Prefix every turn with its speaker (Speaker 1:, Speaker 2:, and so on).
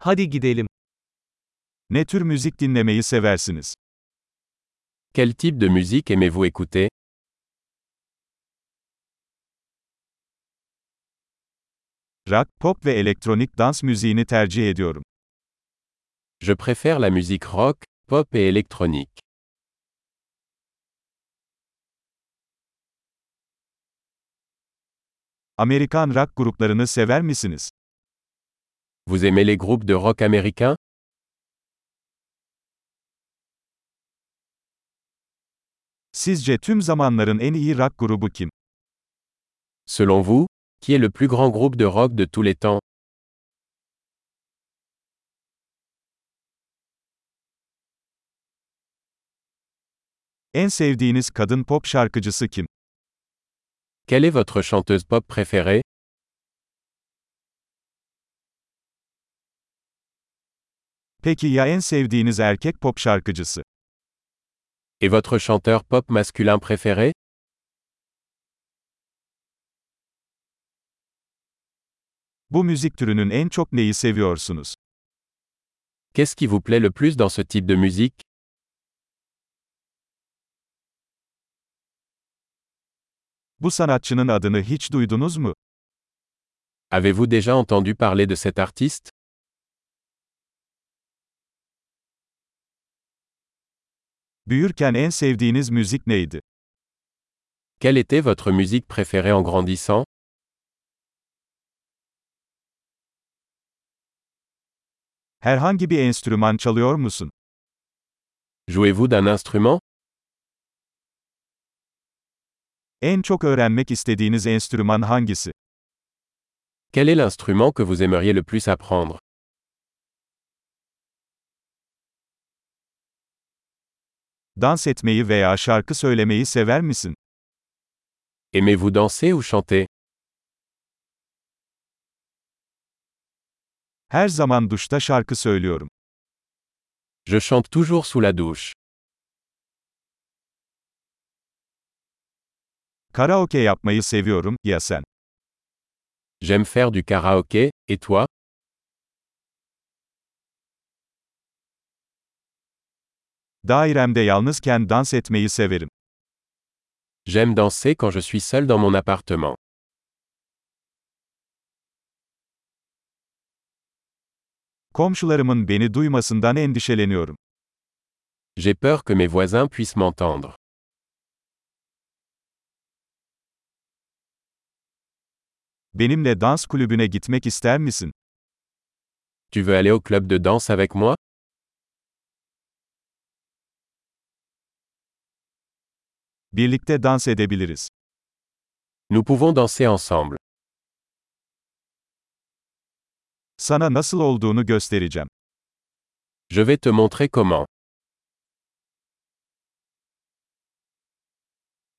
Speaker 1: Hadi gidelim.
Speaker 2: Ne tür müzik dinlemeyi seversiniz?
Speaker 3: Quel type de musique aimez-vous écouter
Speaker 2: Rock, pop ve elektronik dans müziğini tercih ediyorum.
Speaker 3: Je préfère la musique rock, pop et électronique.
Speaker 2: Amerikan rock gruplarını sever misiniz?
Speaker 3: Vous aimez les groupes de rock américains
Speaker 2: Sizce tüm zamanların en iyi rock grubu kim?
Speaker 3: Selon vous, qui est le plus grand groupe de rock de tous les temps
Speaker 2: En sevdiğiniz kadın pop şarkıcısı kim?
Speaker 3: Quelle est votre chanteuse pop préférée
Speaker 2: Peki ya en sevdiğiniz erkek pop şarkıcısı?
Speaker 3: Et votre chanteur pop masculin préféré
Speaker 2: Bu müzik türünün en çok neyi seviyorsunuz?
Speaker 3: Qu'est-ce qui vous plaît le plus dans ce type de musique
Speaker 2: Bu sanatçının adını hiç duydunuz mu?
Speaker 3: Avez-vous déjà entendu parler de cet artiste
Speaker 2: Büyürken en sevdiğiniz müzik neydi?
Speaker 3: Quelle était votre musique préférée en grandissant
Speaker 2: Herhangi bir enstrüman çalıyor musun?
Speaker 3: Jouez-vous d'un instrument
Speaker 2: En çok öğrenmek istediğiniz enstrüman hangisi?
Speaker 3: Quel est l'instrument que vous aimeriez le plus apprendre
Speaker 2: Dans etmeyi veya şarkı söylemeyi sever misin?
Speaker 3: Aimez-vous danser ou chanter
Speaker 2: Her zaman duşta şarkı söylüyorum.
Speaker 3: Je chante toujours sous la douche.
Speaker 2: Karaoke yapmayı seviyorum, ya sen?
Speaker 3: J'aime faire du karaoké, et toi
Speaker 2: Dairemde yalnızken dans etmeyi severim.
Speaker 3: J'aime danser quand je suis seul dans mon appartement.
Speaker 2: Komşularımın beni duymasından endişeleniyorum.
Speaker 3: J'ai peur que mes voisins puissent m'entendre.
Speaker 2: Benimle dans kulübüne gitmek ister misin?
Speaker 3: Tu veux aller au club de danse avec moi
Speaker 2: Birlikte dans edebiliriz.
Speaker 3: Nous pouvons danser ensemble.
Speaker 2: Sana nasıl olduğunu göstereceğim.
Speaker 3: Je vais te montrer comment.